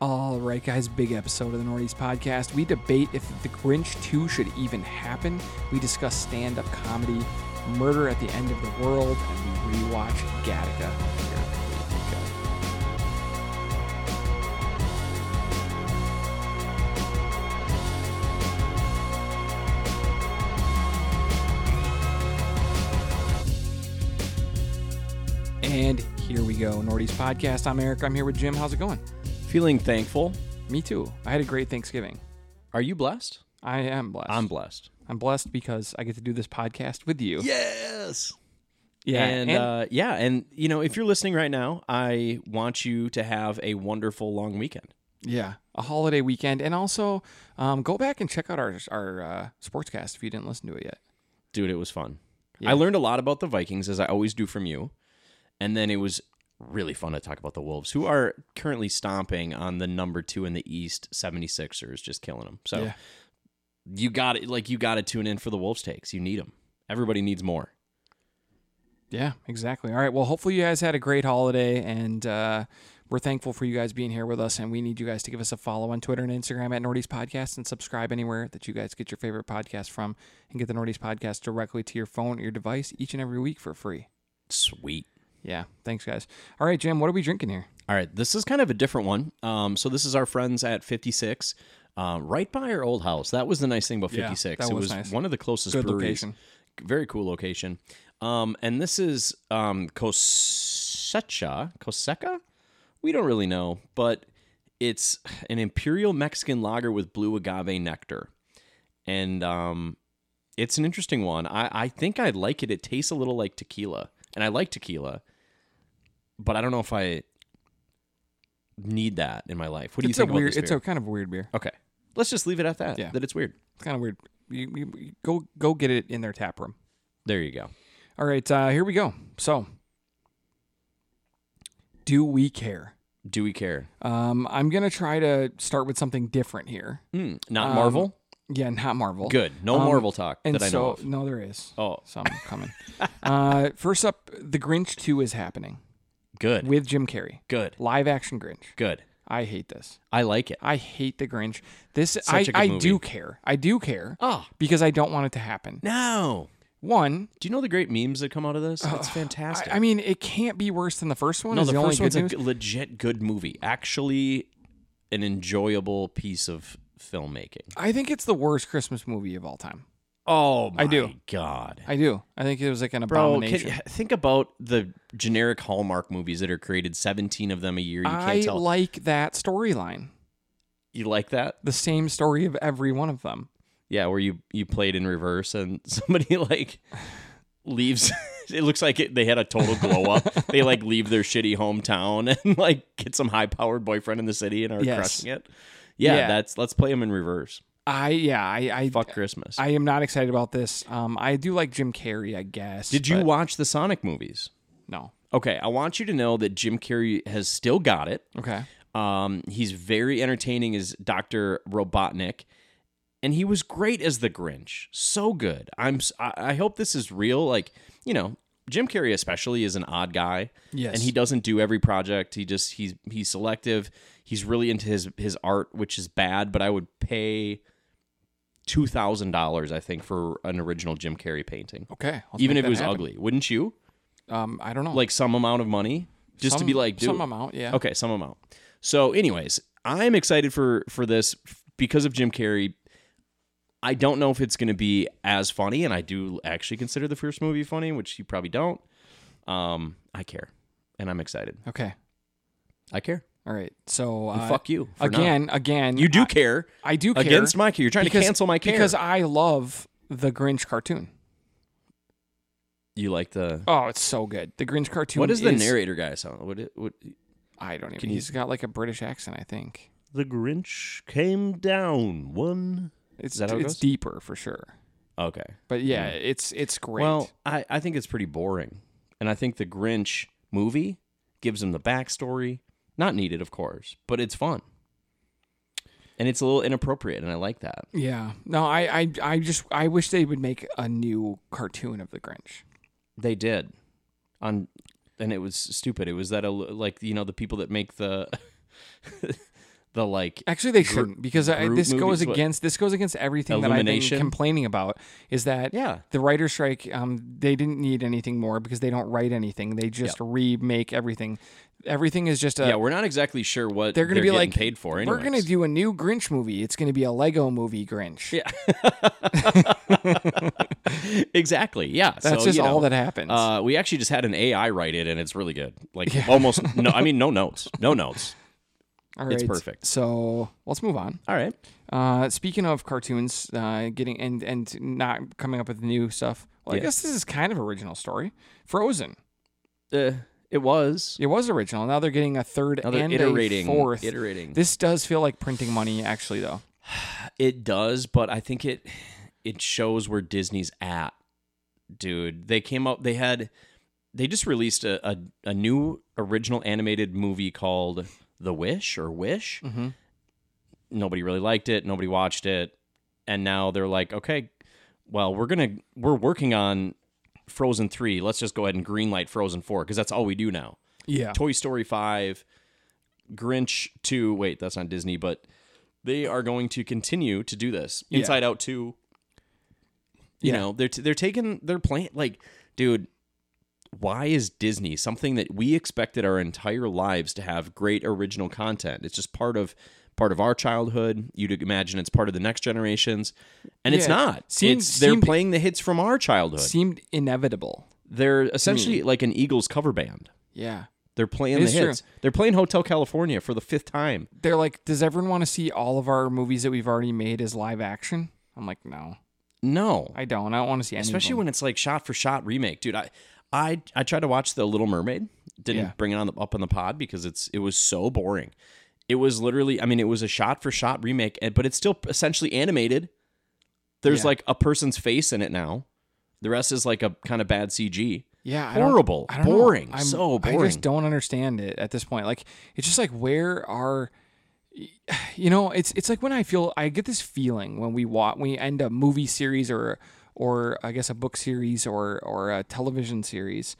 All right, guys, big episode of the Northeast Podcast. We debate if The Grinch 2 should even happen. We discuss stand up comedy, murder at the end of the world, and we rewatch Gattaca. Here we go. And here we go, Nordy's podcast. I'm Eric. I'm here with Jim. How's it going? Feeling thankful. Me too. I had a great Thanksgiving. Are you blessed? I am blessed. I'm blessed. I'm blessed because I get to do this podcast with you. Yes. Yeah, and, uh, yeah, and you know, if you're listening right now, I want you to have a wonderful long weekend. yeah, a holiday weekend, and also um, go back and check out our our uh, sportscast if you didn't listen to it yet. Dude, it was fun. I learned a lot about the Vikings as I always do from you. And then it was really fun to talk about the Wolves, who are currently stomping on the number 2 in the East 76ers, just killing them. So Yeah. you got it like you got to tune in for the Wolves takes. You need them. Everybody needs more. Yeah, exactly. All right. Well, hopefully you guys had a great holiday, and uh, we're thankful for you guys being here with us. And we need you guys to give us a follow on Twitter and Instagram at Nordy's Podcast, and subscribe anywhere that you guys get your favorite podcast from, and get the Nordy's Podcast directly to your phone or your device each and every week for free. Sweet. Yeah. Thanks, guys. All right, Jim. What are we drinking here? All right, this is kind of a different one. Um, so this is our friends at 56, uh, right by our old house. That was the nice thing about Yeah, 56. that it was was nice. one of the closest Good breweries. location. Very cool location. Um, and this is um, Cosecha. Coseca? We don't really know, but it's an imperial Mexican lager with blue agave nectar. And um, it's an interesting one. I, I think I like it. It tastes a little like tequila, and I like tequila, but I don't know if I need that in my life. What do It's you a think weird. about this It's beer? a kind of a weird beer. okay, let's just leave it at that. Yeah. That it's weird. It's kind of weird. You, you, you- go go get it in their tap room. There you go. All right, uh, here we go. So, do we care? Do we care? Um, I'm gonna try to start with something different here. Hmm, not Marvel. Yeah, not Marvel. Good. No Marvel talk Um, And that I so, know of. no, there is Oh, some coming. uh, first up, The Grinch Two is happening good. with Jim Carrey, good. live action Grinch. Good. I hate this. I like it. I hate the Grinch. This I, a good I movie. do care. I do care Oh, because I don't want it to happen. no. One, Do you know the great memes that come out of this? it's I, fantastic. I mean, it can't be worse than the first one. no, is the, the, only first one's good a news. g- legit good movie. Actually, an enjoyable piece of filmmaking. I think it's the worst Christmas movie of all time. Oh, my I do. God. I do. I think it was like an Bro, abomination. can, think about the generic Hallmark movies that are created, 17 of them a year. You can't I tell. like that storyline. you like that? The same story of every one of them. Yeah, where you, you play it in reverse and somebody like leaves. it looks like it, they had a total glow up. they like leave their shitty hometown and like get some high powered boyfriend in the city and are Yes. crushing it. Yeah, Yeah. that's let's play them in reverse. I yeah, I I, Fuck Christmas. I am not excited about this. Um I do like Jim Carrey, I guess. Did you but watch the Sonic movies? No. Okay, I want you to know that Jim Carrey has still got it. Okay. Um, he's very entertaining as Doctor Robotnik, and he was great as the Grinch. So good. I'm. s- I, I hope this is real. Like you know, Jim Carrey especially is an odd guy. Yes. and he doesn't do every project. He just he's he's selective. He's really into his his art, which is bad. But I would pay two thousand dollars, I think, for an original Jim Carrey painting, Okay. I'll even make if it that was happen. ugly. Wouldn't you? Um I don't know. Like some amount of money, just to be Some- like, dude, some amount, yeah. Okay, some amount. So, anyways, I'm excited for for this f- because of Jim Carrey. I don't know if it's going to be as funny, and I do actually consider the first movie funny, which you probably don't. Um, I care, and I'm excited. Okay. I care. All right. So uh, fuck you for not. Again, again. You do I, care I do care against my care. You're trying because, to cancel my care Because I love the Grinch cartoon. you like the. Oh, it's so good. The Grinch cartoon What does the is- narrator guy sound? What? It, what I don't even. He's got like a British accent, I think. the Grinch came down one. It's that how it it's goes? deeper for sure. Okay. But yeah, it's it's great. Well, I, I think it's pretty boring. And I think the Grinch movie gives him the backstory. Not needed, of course, but it's fun. And it's a little inappropriate, and I like that. yeah. No, I, I I just I wish they would make a new cartoon of the Grinch. They did. On and it was stupid. It was that a, like you know the people that make the the like Actually, they gr- shouldn't because I, group this goes movies, what- against this goes against everything that I've been Illumination? complaining about. Is that Yeah. the writer's strike? Um, they didn't need anything more because they don't write anything. They just remake everything. Everything is just a. yeah, we're not exactly sure what they're they're gonna going be like paid for. Anyways. We're gonna do a new Grinch movie. It's gonna be a Lego movie Grinch. Yeah, exactly. Yeah, that's so, just you all know, that happens. Uh, we actually just had an AI write it, and it's really good. Like almost no. I mean, no notes. No notes. all right, it's perfect. So let's move on. All right. Uh, speaking of cartoons, uh, getting and and not coming up with new stuff. Well, I Yeah. guess this is kind of original story. Frozen. Uh, it was. It was original. Now they're getting a third Now they're and iterating. a fourth. Iterating. This does feel like printing money, actually, though. It does, but I think it it shows where Disney's at, dude. They came up. They had they just released a a, a new original animated movie called The Wish or Wish. Mhm. Nobody really liked it. Nobody watched it, and now they're like, okay, well, we're gonna we're working on Frozen three. Let's just go ahead and greenlight Frozen four because that's all we do now. Yeah. Toy Story 5, Grinch 2. Wait, that's on Disney, but they are going to continue to do this. Yeah. Inside Out 2. You Yeah. know, they're t- they're taking their plan like dude, why is Disney something that we expected our entire lives to have great original content? It's just part of part of our childhood. You'd imagine it's part of the next generations, and it's Yeah. not. Seemed- it's they're seemed- playing the hits from our childhood. Seemed inevitable. they're Hmm. essentially like an Eagles cover band. Yeah. They're playing It the is true. hits. They're playing Hotel California for the fifth time. They're like, does everyone want to see all of our movies that we've already made as live action? I'm like, no, No, I don't. I don't want to see any. especially of when it's like shot for shot remake, dude. I, I, I tried to watch the Little Mermaid. Didn't Yeah. bring it on the, up on the pod because it's it was so boring. It was literally, I mean, it was a shot for shot remake, and- but it's still essentially animated. There's Yeah. like a person's face in it now. The rest is like a kind of bad CG. them. yeah, I don't- horrible, I don't know. boring, I'm- so boring. I just don't understand it at this point. Like, it's just like, where are, you know, it's it's like when I feel I get this feeling when we watch we end a movie series or or I guess a book series or or a television series,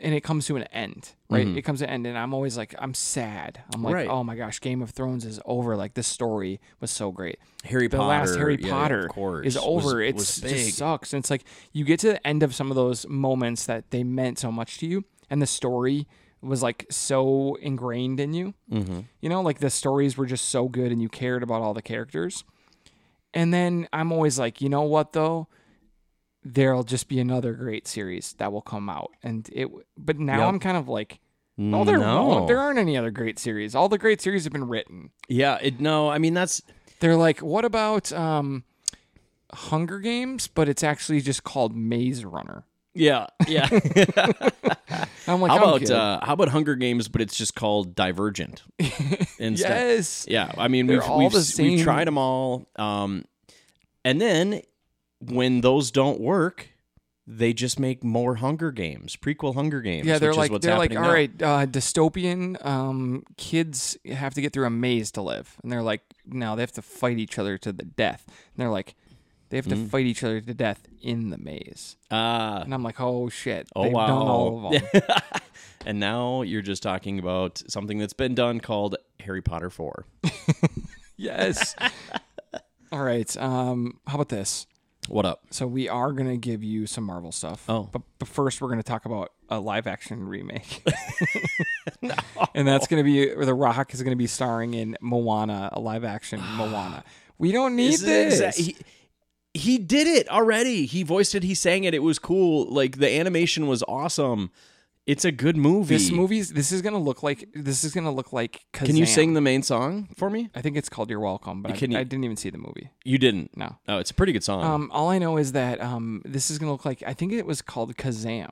and it comes to an end, right? It comes to an end, and I'm always like, I'm sad. I'm like, Mm-hmm. Right. oh my gosh, Game of Thrones is over. Like this story was so great. Harry the Potter, last Harry yeah, of Potter course, is was- over. It's was just big. sucks. And it's like you get to the end of some of those moments that they meant so much to you, and the story was like so ingrained in you. Mm-hmm. You know, like the stories were just so good, and you cared about all the characters. And then I'm always like, you know what though? There'll just be another great series that will come out, and it. But now Yep. I'm kind of like, no, there won't. There aren't any other great series. All the great series have been written. Yeah, it, no, I mean that's They're like, what about um, Hunger Games? But it's actually just called Maze Runner. yeah, yeah. I'm like, How I'm about good. uh, how about Hunger Games, but it's just called Divergent instead? yes, Yeah, I mean They're we've all we've, the s- we've same- tried them all, um, and then when those don't work, they just make more Hunger Games prequel Hunger Games. yeah. They're which is like, what's they're like, happening all now. right, uh, dystopian. Um, kids have to get through a maze to live, and they're like, no, they have to fight each other to the death. And they're like, they have to Mm. fight each other to death in the maze. Uh, And I'm like, oh shit, Oh, they've done all wow. of them. and now you're just talking about something that's been done called Harry Potter Four. yes. all right. Um, how about this? What up? So we are gonna give you some Marvel stuff. Oh. but, but first we're gonna talk about a live action remake, and that's gonna be The Rock is gonna be starring in Moana, a live action Moana. We don't need Is it this. exa- he, he did it already. He voiced it. He sang it. It was cool. Like the animation was awesome. It's a good movie. this movie's this is gonna look like this is gonna look like. Kazam. Can you sing the main song for me? I think it's called You're Welcome, but Can I, you- I didn't even see the movie. You didn't. No. Oh, it's a pretty good song. Um, all I know is that um, this is gonna look like I think it was called Kazam.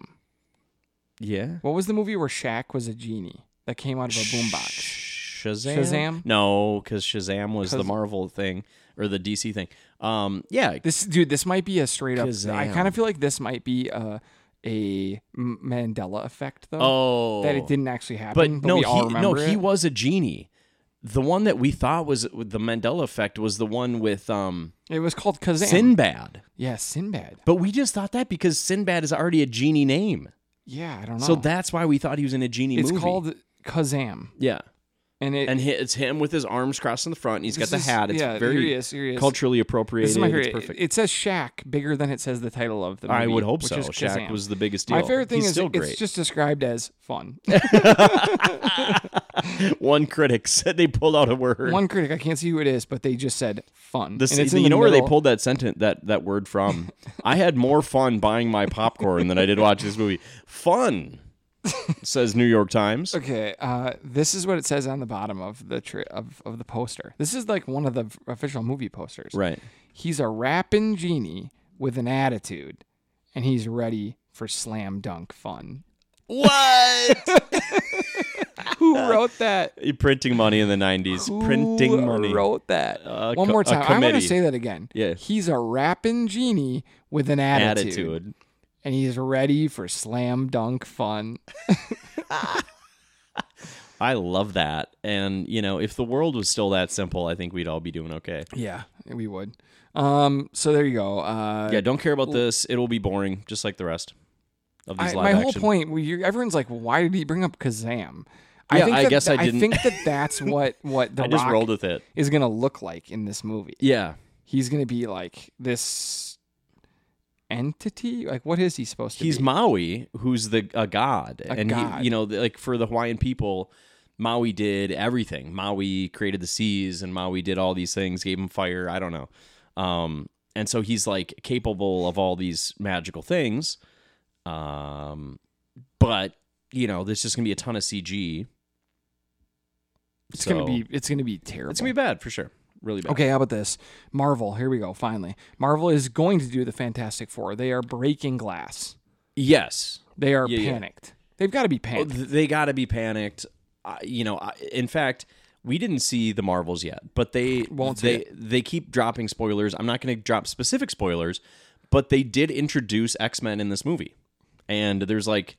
yeah. What was the movie where Shaq was a genie that came out of a boombox? Shazam. Shazam? No, because Shazam was the Kaz- Marvel thing or the DC thing. Um. Yeah. This dude, this might be a straight up. I Kazam. kind of feel like this might be a a M- Mandela effect though. Oh. that it didn't actually But happen. But, no, we all he, no, remember he it. was a genie. The one that we thought was the Mandela effect was the one with um It was called Kazam. Sinbad. yeah, Sinbad. But we just thought that because Sinbad is already a genie name. Yeah, I don't know. So that's why we thought he was in a genie it's movie. called Kazam. yeah. And it and hi- it's him with his arms crossed in the front. And he's got this the is- hat. It's yeah, very here he is, here he is. culturally appropriated. This is my it's favorite. perfect. It, it says Shaq bigger than it says the title of the movie. I would hope which so. is Shaq Shazam. was the biggest deal. My favorite thing He's is still it's great. just described as fun. One critic said they pulled out a word. One critic, I can't see who it is, but they just said fun. The, and it's you in the know where they middle. pulled that sentence that that word from? I had more fun buying my popcorn than I did watching this movie. Fun, says New York Times. Okay, uh, this is what it says on the bottom of the tri- of, of the poster. This is like one of the v- official movie posters. Right. He's a rapping genie with an attitude, and he's ready for slam dunk fun. What? Who wrote that? Printing money in the nineties. Printing Who money. wrote that? A One co- more a time. I want to committee. say that again. Yeah. He's a rapping genie with an attitude, Attitude. and he's ready for slam dunk fun. I love that. And you know, if the world was still that simple, I think we'd all be doing okay. Yeah, we would. Um, so there you go. Uh, Yeah, don't care about this. It'll be boring, just like the rest of these I- live my action. whole point, well, you everyone's like, well, "Why did he bring up Kazam?" I Yeah, think I that, guess I I didn't- think that that's what what the I just Rock rolled with it. is gonna look like in this movie. Yeah. He's gonna be like this entity. Like, what is he supposed to he's be? Maui, who's the a god, and god. He, you know, the- like for the Hawaiian people, Maui did everything. Maui created the seas, and Maui did all these things, gave him fire. I don't know, um, and so he's like capable of all these magical things, um, but you know, there's just gonna be a ton of CG. it's so- gonna be it's gonna be terrible. It's gonna be bad for sure, really bad. Okay, how about this? Marvel, here we go, finally. Marvel is going to do the Fantastic Four. They are breaking glass. Yes, They are Yeah, yeah. panicked. They've got to be Oh, panicked. th- they got to be panicked. I, you know, I, in fact, we didn't see the Marvels yet, but they Won't see they they keep dropping spoilers. I'm not going to drop specific spoilers, but they did introduce X Men in this movie, and there's like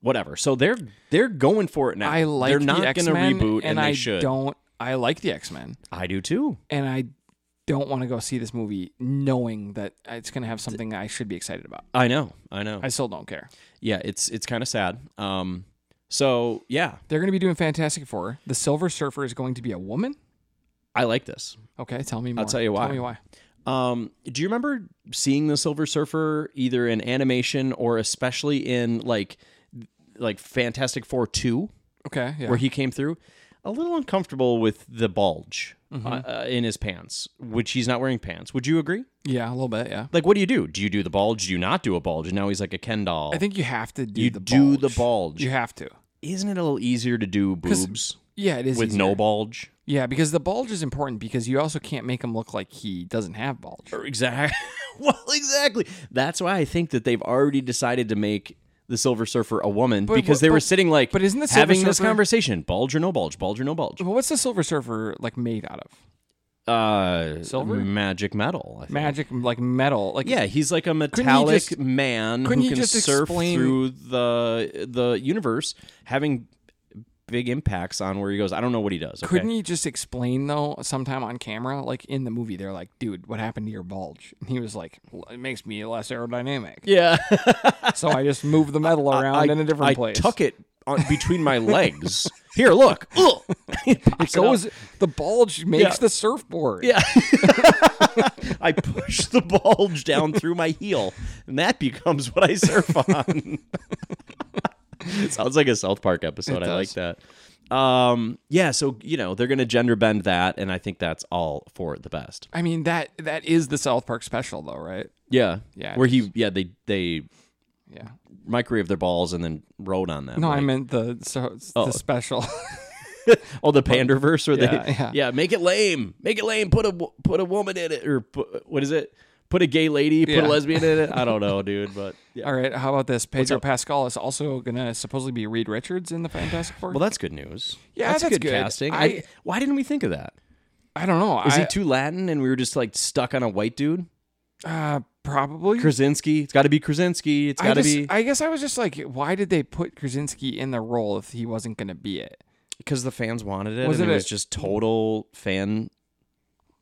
whatever. So they're they're going for it now. I like they're the not X to Men, reboot, and, they I should. don't. I like the X Men. I do too. and I don't want to go see this movie knowing that it's going to have something I should be excited about. I know. I know. I still don't care. yeah, it's it's kind of sad. Um. So yeah, They're going to be doing Fantastic Four. The Silver Surfer is going to be a woman. I like this. Okay, tell me more. I'll tell you why. Tell me why. Um, do you remember seeing the Silver Surfer either in animation or especially in like like Fantastic Four two, Okay, yeah. where he came through? A little uncomfortable with the bulge Mm-hmm. uh, uh, in his pants, which he's not wearing pants. Would you agree? yeah, a little bit. Yeah, Like, what do you do? Do you do the bulge? Do you not do a bulge? And now he's like a Ken doll. I think you have to do you the do bulge. the bulge. You have to. Isn't it a little easier to do boobs Yeah, it is with easier. no bulge? Yeah, because the bulge is important because you also can't make him look like he doesn't have bulge. Exactly. well, exactly. That's why I think that they've already decided to make the Silver Surfer a woman because they but- were sitting like, but isn't the Silver having this Surfer- conversation bulge or no bulge, bulge or no bulge? But what's the Silver Surfer like made out of? Uh, Silver? magic metal. I think. Magic, like metal. Like Yeah, he's like a he metallic just- man couldn't who he can just surf explain- through the the universe, having big impacts on where he goes. I don't know what he does. Okay? Couldn't you just explain though, sometime on camera, like in the movie, they're like, "Dude, what happened to your bulge?" And he was like, well, "It makes me less aerodynamic, yeah, so I just move the metal around in a different I place." tuck it on, between my legs. Here, look. Ugh. it goes. The bulge makes Yeah. the surfboard. Yeah. I push the bulge down through my heel, and that becomes what I surf on. Sounds like a South Park episode. It I like that. Um, yeah, so you know, they're gonna gender bend that, and I think that's all for the best. I mean that that is the South Park special though, right? Yeah. Yeah, Where he yeah, they they Yeah. microwave their balls and then rode on them. No, I right? meant the so, the special. Oh, the panderverse where Yeah, they yeah. make it lame, make it lame. Put a wo- put a woman in it, or put, what is it? Put a gay lady, put Yeah. a lesbian in it. I don't know, dude, but yeah. All right, how about this? Pedro Pascal is also gonna supposedly be Reed Richards in the Fantastic Four. Well, that's good news. Yeah, that's, that's good, good. casting. I- I, why didn't we think of that? I don't know. Is I, he too Latin and we were just like stuck on a white dude? uh, probably? Krasinski. It's got to be Krasinski. It's I, got to just, be I guess I was just like, why did they put Krasinski in the role if he wasn't going to be it? because the fans wanted it. Was and it a- it was just total fan,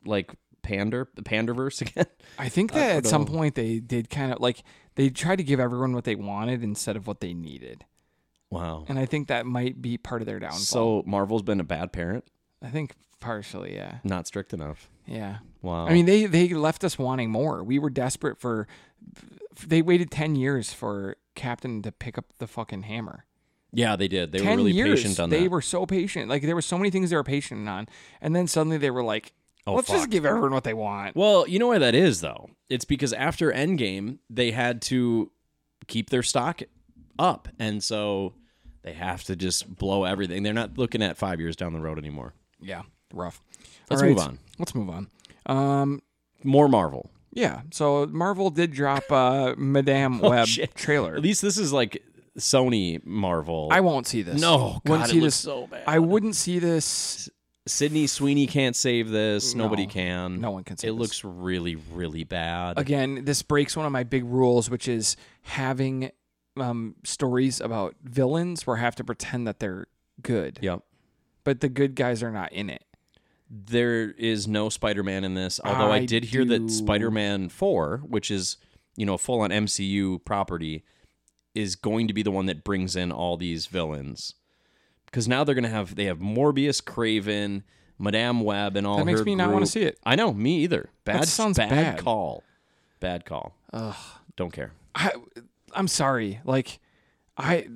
like pander, panderverse again. I think that at some know. point they did kind of like they tried to give everyone what they wanted instead of what they needed. Wow. and I think that might be part of their downfall. So Marvel's been a bad parent, I think partially, yeah, not strict enough. yeah. Wow. I mean, they they left us wanting more. We were desperate for. They waited ten years for Captain to pick up the fucking hammer. yeah, they did. They were Ten really years, patient on they that. were so patient. Like there were so many things they were patient on, and then suddenly they were like, Oh, "Let's fuck. just give everyone what they want." well, you know why that is though. It's because after Endgame, they had to keep their stock up, and so they have to just blow everything. They're not looking at five years down the road anymore. Yeah, rough. Let's All right, move on. Let's move on. Um, More Marvel. yeah. So Marvel did drop uh Madame Web Oh, shit. trailer. At least this is like Sony Marvel. I won't see this. no, wouldn't God, it see this. looks so bad. I wouldn't see this. Sydney Sweeney can't save this. Nobody No. can. No one can see It this. looks really, really bad. again, this breaks one of my big rules, which is having um, stories about villains where I have to pretend that they're good, Yep. but the good guys are not in it. There is no Spider-Man in this. Although I, I did hear do- that Spider-Man Four, which is you know a full-on MCU property, is going to be the one that brings in all these villains. Because now they're gonna have they have Morbius, Craven, Madame Web, and all. That makes Oh, her me not want group. to see it. I know, me either. Bad sounds bad, bad. call. Bad call. Don't care. I, I'm sorry. Like, I,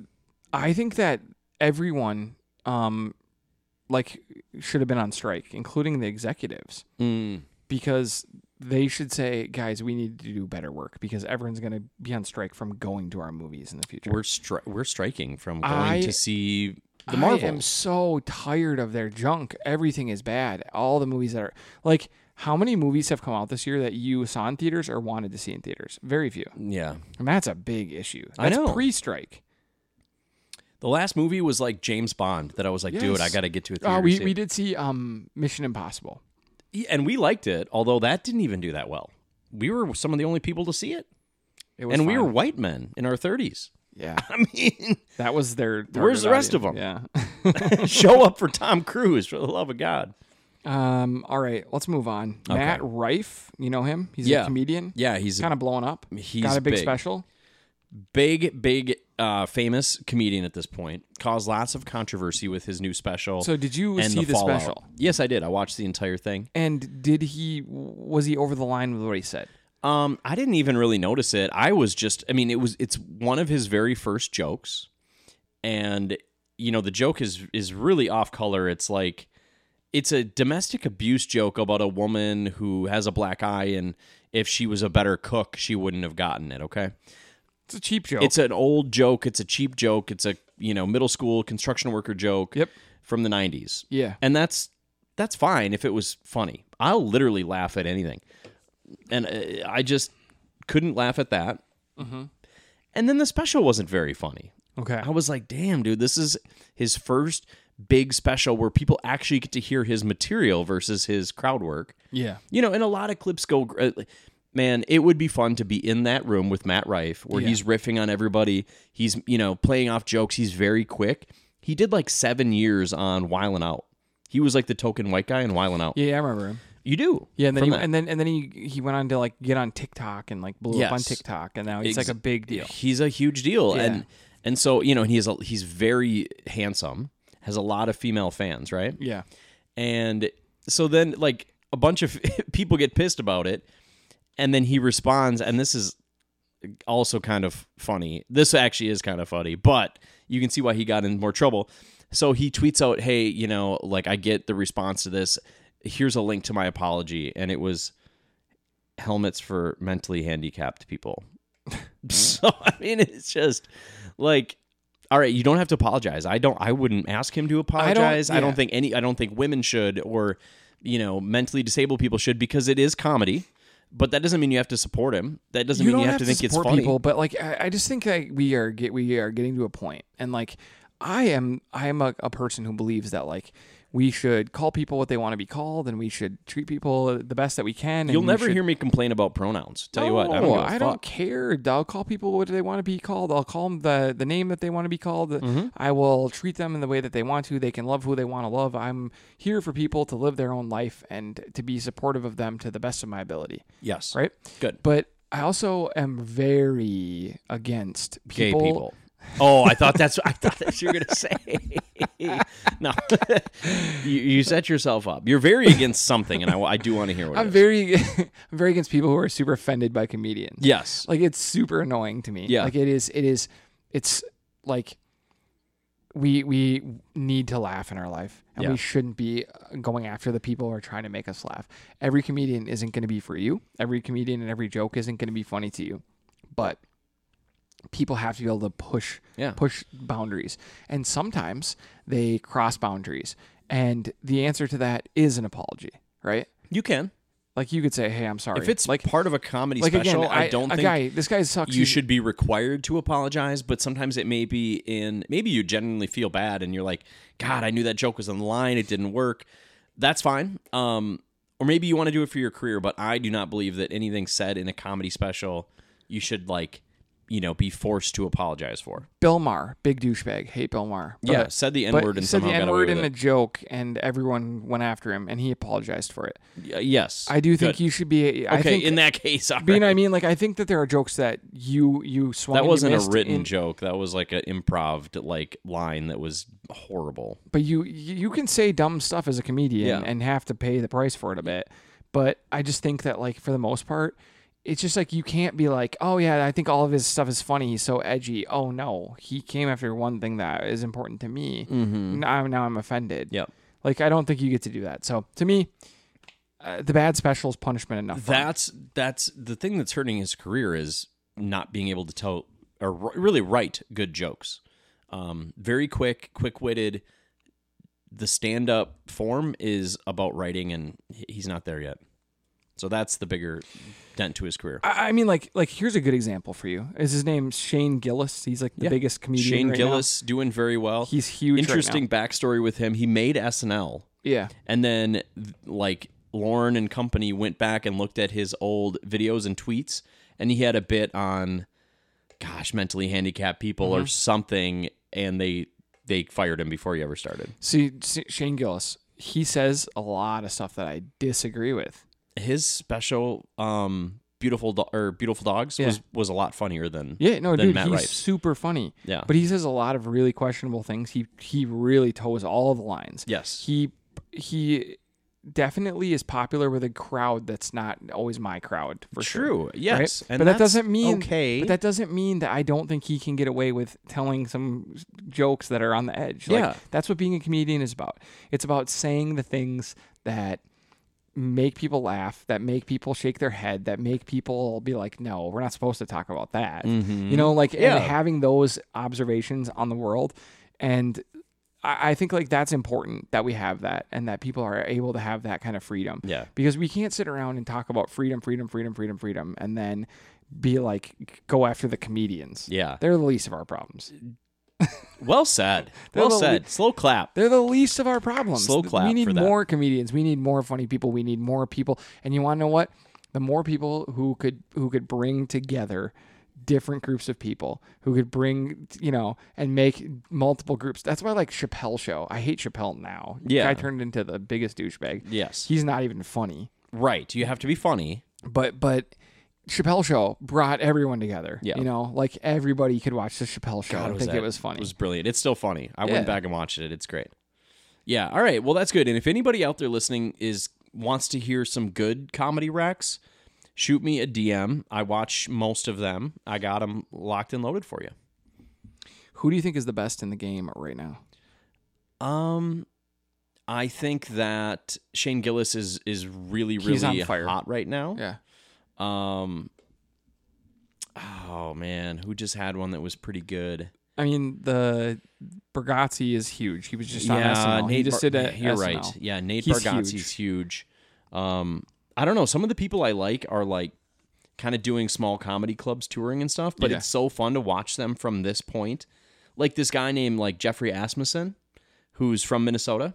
I think that everyone, um, like, should have been on strike, including the executives, Mm. because they should say, guys, we need to do better work because everyone's going to be on strike from going to our movies in the future. We're stri- we're striking from going I- to see the I am Marvels. so tired of their junk. Everything is bad. All the movies that are like, how many movies have come out this year that you saw in theaters or wanted to see in theaters? Very few, yeah. and that's a big issue. That's I know. pre-strike. The last movie was like James Bond that I was like, dude, Yes. I got to get to a theater. Oh, to we, see we it." did see um Mission Impossible. Yeah, and we liked it, although that didn't even do that well. We were some of the only people to see it, It was and we fun. were white men in our thirties. yeah. I mean, That was their. Where's the target rest of audience. show up for Tom Cruise for the love of God. Yeah. Um. All right. Let's move on. Matt Rife. You know him. He's a Yeah. comedian. Yeah, he's Kind of blowing up. He's got a big, big. special. big, big, uh, famous comedian at this point. Caused lots of controversy with his new special. So did you and see the, fallout. special? Yes, I did. I watched the entire thing. And did he? Was he over the line with what he said? Um, I didn't even really notice it. I was just, I mean, it was, it's one of his very first jokes, and you know, the joke is is really off color. It's like, it's a domestic abuse joke about a woman who has a black eye, and if she was a better cook, she wouldn't have gotten it. Okay, It's a cheap joke. it's an old joke. It's a cheap joke. It's a you know middle school construction worker joke. Yep. from the '90s. yeah. and that's that's fine if it was funny. I'll literally laugh at anything, and uh, I just couldn't laugh at that. And then the special wasn't very funny. Okay. I was like, "Damn, dude, this is his first big special where people actually get to hear his material versus his crowd work." Yeah. You know, and a lot of clips go. Uh, man, it would be fun to be in that room with Matt Rife, where he's riffing on everybody. He's you know playing off jokes. He's very quick. He did like seven years on Wildin' Out. He was like the token white guy in Wildin' Out. Yeah, I remember him. You do, Yeah, and then From he, that. and then and then he he went on to like get on TikTok and like blew up on Yes. TikTok, and now he's Ex- like a big deal. He's a huge deal, Yeah. and and so you know, and he's a, he's very handsome, has a lot of female fans, right? Yeah. And so then like a bunch of people get pissed about it, and then he responds, and this is also kind of funny. This actually is kind of funny, but you can see why he got in more trouble. So he tweets out, "Hey, you know, like I get the response to this. Here's a link to my apology." And it was helmets for mentally handicapped people. so I mean, it's just like all right, you don't have to apologize. I don't I wouldn't ask him to apologize. I don't, yeah. think any I don't think women should or you know, mentally disabled people should because it is comedy. But that doesn't mean you have to support him. That doesn't mean you have, to, think it's support funny. people, but like I, I just think that we are get we are getting to a point, and like I am I am a, a person who believes that like we should call people what they want to be called, and we should treat people the best that we can. and You'll we never should- hear me complain about pronouns. Tell you what, I don't, No, give a Oh, I fuck. don't care. I'll call people what they want to be called. I'll call them the, the name that they want to be called. Mm-hmm. I will treat them in the way that they want to. They can love who they want to love. I'm here for people to live their own life and to be supportive of them to the best of my ability. Yes, Right? Good. But I also am very against Gay people. people. Oh, I thought that's I thought that's what you were gonna say. no, you, you set yourself up. You're very against something, and I, I do want to hear what. I'm it is. very, I'm very against people who are super offended by comedians. yes. Like it's super annoying to me. Yeah. Like it is. It is. It's like we we need to laugh in our life, and Yeah. we shouldn't be uh, going after the people who are trying to make us laugh. Every comedian isn't going to be for you. Every comedian and every joke isn't going to be funny to you, but people have to be able to push Yeah. push boundaries, and sometimes they cross boundaries. And the answer to that is an apology, right? You can. Like you could say, "Hey, I'm sorry." If it's like like part of a comedy like special, again, I, don't a think guy, this guy sucks. you He's- should be required to apologize, but sometimes it may be in maybe you genuinely feel bad and you're like, God, I knew that joke was on the line, it didn't work. That's fine. Um, or maybe you want to do it for your career, but I do not believe that anything said in a comedy special you should like, you know, be forced to apologize for. Bill Maher, big douchebag. Hate Bill Maher. But, yeah, said the N but word and he said somehow the got N away word with in a it. joke, and everyone went after him, and he apologized for it. Y- yes, I do think Good. you should be. I okay, think, in that case, all but you know right. what I mean? Like I think that there are jokes that you you swung. that and you wasn't a missed written in- joke. That was like an improv like line that was horrible. but you you can say dumb stuff as a comedian Yeah. and have to pay the price for it a bit. But I just think that like for the most part, it's just like you can't be like, oh yeah, I think all of his stuff is funny. He's so edgy. Oh no, he came after one thing that is important to me. Mm-hmm. Now now I'm offended. Yep. Like I don't think you get to do that. So to me, uh, the bad special is punishment enough. That's that's the thing that's hurting his career is not being able to tell or r- really write good jokes. Um, very quick, quick witted. The stand up form is about writing, and he- he's not there yet. So that's the bigger dent to his career. I I mean, like, like here's a good example for you. Is his name Shane Gillis? He's like the Yeah. biggest comedian. Shane right now. Gillis doing very well. He's huge. right now. Interesting backstory with him. He made SNL. Yeah. And then th- like Lauren and company went back and looked at his old videos and tweets and he had a bit on gosh, mentally handicapped people Mm-hmm. or something and they they fired him before he ever started. See, S- Shane Gillis, he says a lot of stuff that I disagree with. His special um Beautiful Do- or Beautiful Dogs was was a lot funnier than Yeah, no, Then dude, Matt he's Rife. super funny. Yeah. but he says a lot of really questionable things. He he really toes all the lines. Yes. he he definitely is popular with a crowd that's not always my crowd for sure. True. right? Yes. And but that that's doesn't mean okay. But that doesn't mean that I don't think he can get away with telling some jokes that are on the edge. Yeah. Like, that's what being a comedian is about. It's about saying the things that make people laugh, that make people shake their head, that make people be like, "No, we're not supposed to talk about that." You know, like Mm-hmm. Yeah. and having those observations on the world and I I think like that's important that we have that and that people are able to have that kind of freedom yeah. because we can't sit around and talk about freedom, freedom, freedom, freedom, freedom, and then be like go after the comedians. Yeah. They're the least of our problems. Well said. They're Well the said. Slow clap. They're the least of our problems. Slow clap We need for that. more comedians. We need more funny people. We need more people. And you want to know what? The more people who could who could bring together different groups of people who could bring you know and make multiple groups. That's why I like Chappelle show. I hate Chappelle now. Yeah. I turned into the biggest douchebag. Yes. He's not even funny. Right. You have to be funny. but but Chappelle Show brought everyone together. Yeah. you know, like everybody could watch the Chappelle Show. God, and think that- it was funny. It was brilliant. It's still funny. I Yeah. went back and watched it. It's great. Yeah. All right. Well, that's good. And if anybody out there listening is wants to hear some good comedy racks, shoot me a DM. I watch most of them. I got them locked and loaded for you. Who do you think is the best in the game right now? Um, I think that Shane Gillis is is really He's really on fire. hot right now. Yeah, Um. Oh man, who just had one that was pretty good? I mean the Bergazzi is huge. He was just on SNL. he just Bar- did it. yeah, You're SNL. right. Yeah, Nate He's Bargatze's huge. huge. Um, I don't know. Some of the people I like are like kind of doing small comedy clubs, touring and stuff. But Yeah. it's so fun to watch them from this point. Like this guy named like Jeffrey Asmussen, who's from Minnesota,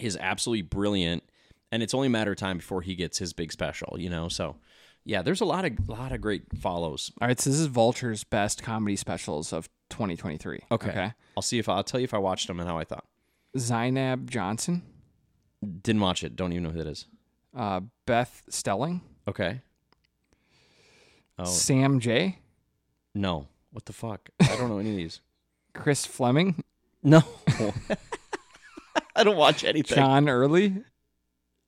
is absolutely brilliant, and it's only a matter of time before he gets his big special. You know, so yeah, there's a lot of lot of great follows. All right, so this is Vulture's best comedy specials of 2023. I'll see if I, will tell you if I watched them and how I thought. Zainab Johnson, Didn't watch it. Don't even know who that is. uh, Beth Stelling, Okay. Oh. Sam J, No. What the fuck? I don't know any of these. Chris Fleming, No. I don't watch anything. John Early,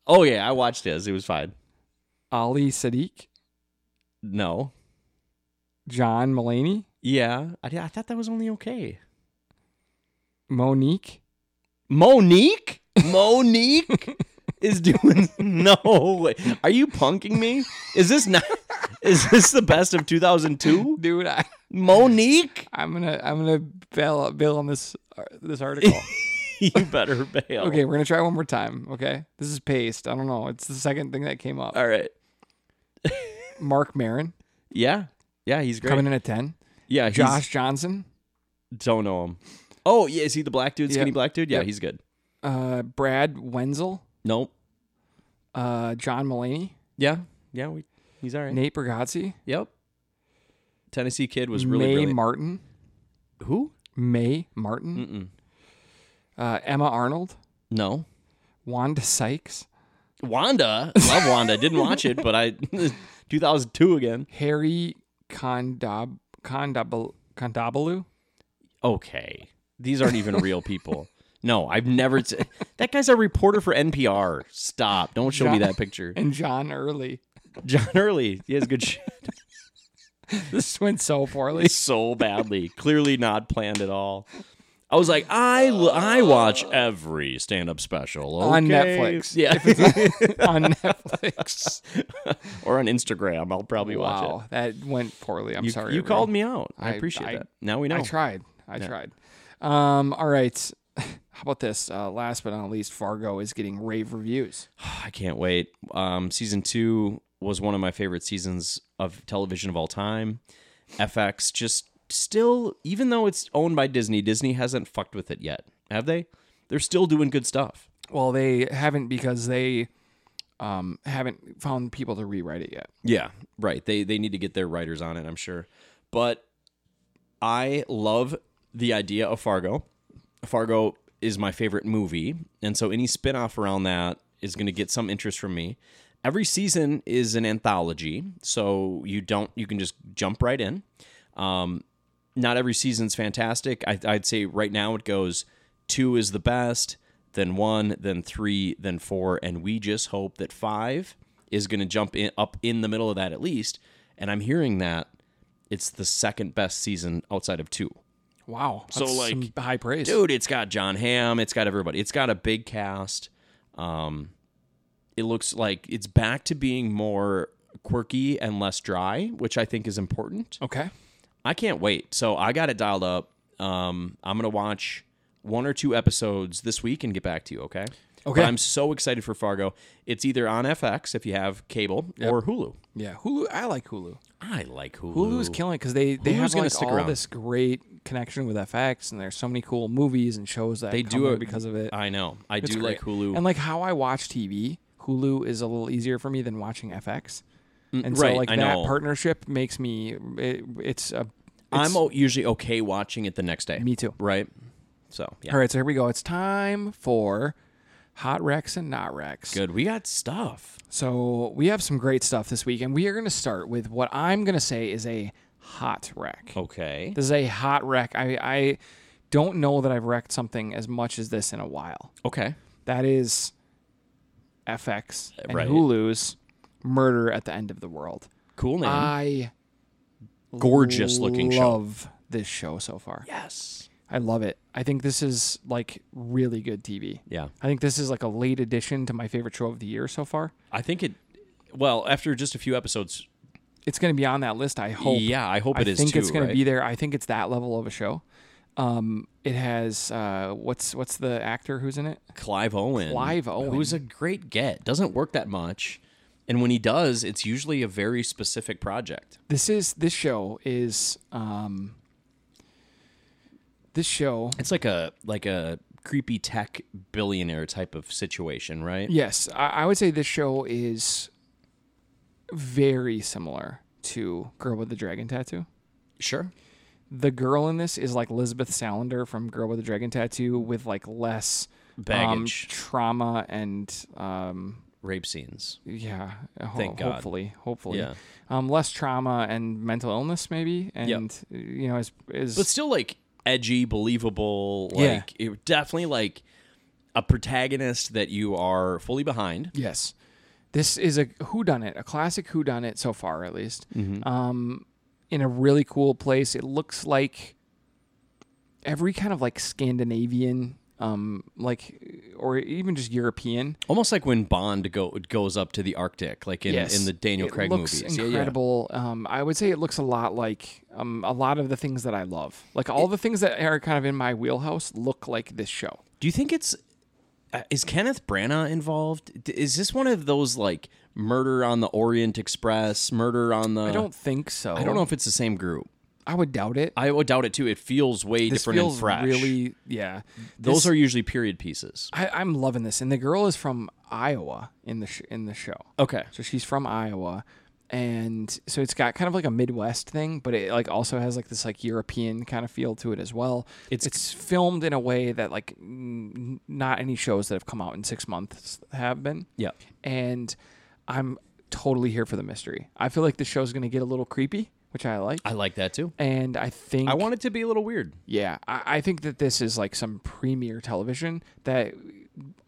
Oh yeah, I watched his. It was fine. Ali Sadiq, No. John Mullaney, Yeah, I, I thought that was only okay. Monique. Monique? Monique is doing no way. Are you punking me? Is this not is this the best of 2002? Dude, I, Monique? I'm gonna I'm gonna bail bail on this uh, this article. You better bail. okay, we're gonna try one more time. Okay, this is paste. I don't know. It's the second thing that came up. All right. Mark Marin Yeah. Yeah, he's great. coming in at ten. yeah, he's, Josh Johnson, don't know him. Oh, yeah, is he the black dude, skinny Yeah. black dude? Yeah, Yep. he's good. uh, Brad Wenzel, Nope. uh, John Mullaney, Yeah. Yeah, we, he's all right. Nate Bergazzi, Yep. Tennessee kid was really May brilliant. Martin, Who? May Martin, Mm-mm. uh, Emma Arnold, No. Wanda Sykes, Wanda, love Wanda. Didn't watch it, but I 2002 again. Harry Condab Condab Condabalu. Okay, these aren't even real people. No, I've never. s- that guy's a reporter for NPR. Stop! Don't show me John- that picture. and John Early. John Early, he has good shit. This went so poorly. so badly. Clearly not planned at all. I was like, I l- I watch every stand up special On okay? Netflix. yeah, on Netflix. or on Instagram. I'll probably watch it. wow, that went poorly. I'm You, sorry. you everyone. called me out. I, I- appreciate I- that. Now we know. I tried. I tried. Um, all right. How about this? Uh, last but not least, Fargo is getting rave reviews. I can't wait. Um, season two was one of my favorite seasons of television of all time. FX just still, even though it's owned by Disney, Disney hasn't fucked with it yet, have they? They're still doing good stuff. Well, they haven't because they um, haven't found people to rewrite it yet. Yeah, right. They they need to get their writers on it, I'm sure. But I love the idea of Fargo. Fargo is my favorite movie, and so any spin-off around that is going to get some interest from me. Every season is an anthology, so you don't you can just jump right in. Um, not every season's fantastic. I, I'd say right now it goes two is the best, then one, then three, then four, and we just hope that five is going to jump in, up in the middle of that at least. And I'm hearing that it's the second best season outside of two. Wow. That's so like, some high praise. Dude, it's got John Hamm, it's got everybody, it's got a big cast. Um, it looks like it's back to being more quirky and less dry, which I think is important. Okay. I can't wait. So I got it dialed up. Um, I'm gonna watch one or two episodes this week and get back to you. Okay. Okay. But I'm so excited for Fargo. It's either on FX if you have cable or Hulu. Yeah. Hulu. I like Hulu. I like Hulu. Hulu's killing because they they Hulu's have gonna like stick all around. this great connection with FX, and there's so many cool movies and shows that They come do in it because of it. I know. I do like great. Hulu. And like how I watch TV, Hulu is a little easier for me than watching FX. And so Mm, right, like I that know. partnership makes me it, it's a I'm o- usually okay watching it the next day. me too. Right. So yeah. All right, so here we go. It's time for hot wrecks and not wrecks. Good. We got stuff. So we have some great stuff this week, and we are going to start with what I'm going to say is a hot wreck. Oh. Okay. This is a hot wreck. I I don't know that I've wrecked something as much as this in a while. Okay. That is FX and Right. Hulu's Murder at the End of the World. Cool name. I Gorgeous looking show. love this show so far. Yes. I love it. I think this is like really good TV. Yeah. I think this is like a late addition to my favorite show of the year so far. I think it. Well, after just a few episodes. It's going to be on that list. I hope. Yeah, I hope it I is think too. it's going right? to be there. I think it's that level of a show. Um, it has uh, what's what's the actor who's in it? Clive Owen. Clive Owen. Who's a great get. Doesn't work that much. And when he does, it's usually a very specific project. This is this show is um, this show. It's like a like a creepy tech billionaire type of situation, right? Yes, I, I would say this show is very similar to Girl with the Dragon Tattoo. Sure. The girl in this is like Elizabeth Salander from Girl with the Dragon Tattoo with like less um, Baggage. trauma, and um, rape scenes. Yeah. ho- Thank God. Hopefully, hopefully. Yeah. Um, less trauma and mental illness, maybe, and you know, is is But still like edgy, believable, Yeah. like it, definitely like a protagonist that you are fully behind. yes. This is a who done it, a classic who done it so far, at least. Mm-hmm. Um, in a really cool place. It looks like every kind of like Scandinavian, um, like or even just European. Almost like when Bond go, goes up to the Arctic, like in, in the Daniel it Craig looks movies. Yeah, yeah. Incredible. Um, I would say it looks a lot like um, a lot of the things that I love. Like all the things that are kind of in my wheelhouse look like this show. Do you think it's uh, is Kenneth Branagh involved? D- Is this one of those like Murder on the Orient Express, Murder on the? I don't think so. I don't know if it's the same group. I would doubt it. I would doubt it too. It feels way This different feels and fresh. really, yeah. Those This- are usually period pieces. I, I'm loving this, and the girl is from Iowa in the sh- in the show. Okay. So she's from Iowa, and so it's got kind of like a Midwest thing, but it like also has like this like European kind of feel to it as well. It's- It's it's filmed in a way that like n- not any shows that have come out in six months have been, Yeah. and I'm totally here for the mystery. I feel like the show's gonna get a little creepy, which I like, I like that too. and I think I want it to be a little weird. yeah, I, I think that this is like some premier television that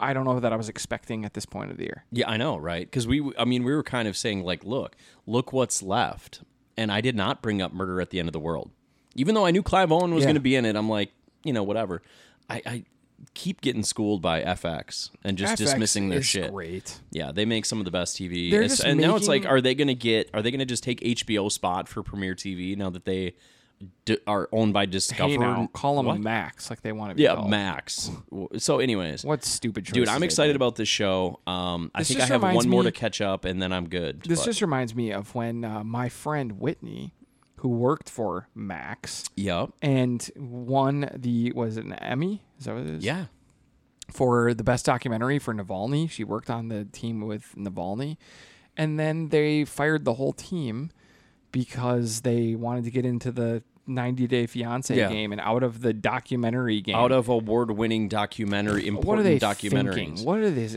I don't know that I was expecting at this point of the year. Yeah, I know, right? Because we, I mean, we were kind of saying like, look, look what's left, and I did not bring up Murder at the End of the World, even though I knew Clive Owen was Yeah. going to be in it. I'm like, you know, whatever. I, I keep getting schooled by FX and just FX dismissing their is shit. Great. Yeah, they make some of the best TV, They're and, s- just and now it's like, making- are they going to get? Are they going to just take HBO spot for Premiere TV now that they d- are owned by Discover? Hey, now call them What? Max, like they want to be Yeah, called. Max. So, anyways, What stupid choice, Dude, I'm excited about this show. Um, I This think I just have reminds one more me- to catch up, and then I'm good. This but- just reminds me of when uh, my friend Whitney, who worked for Max yep, and won the was it an Emmy? Is that what it is? yeah, for the best documentary for Navalny. She worked on the team with Navalny. And then they fired the whole team because they wanted to get into the 90 day fiance Yeah. game and out of the documentary game. out of award-winning documentary, important what are they documentaries. thinking? What are these?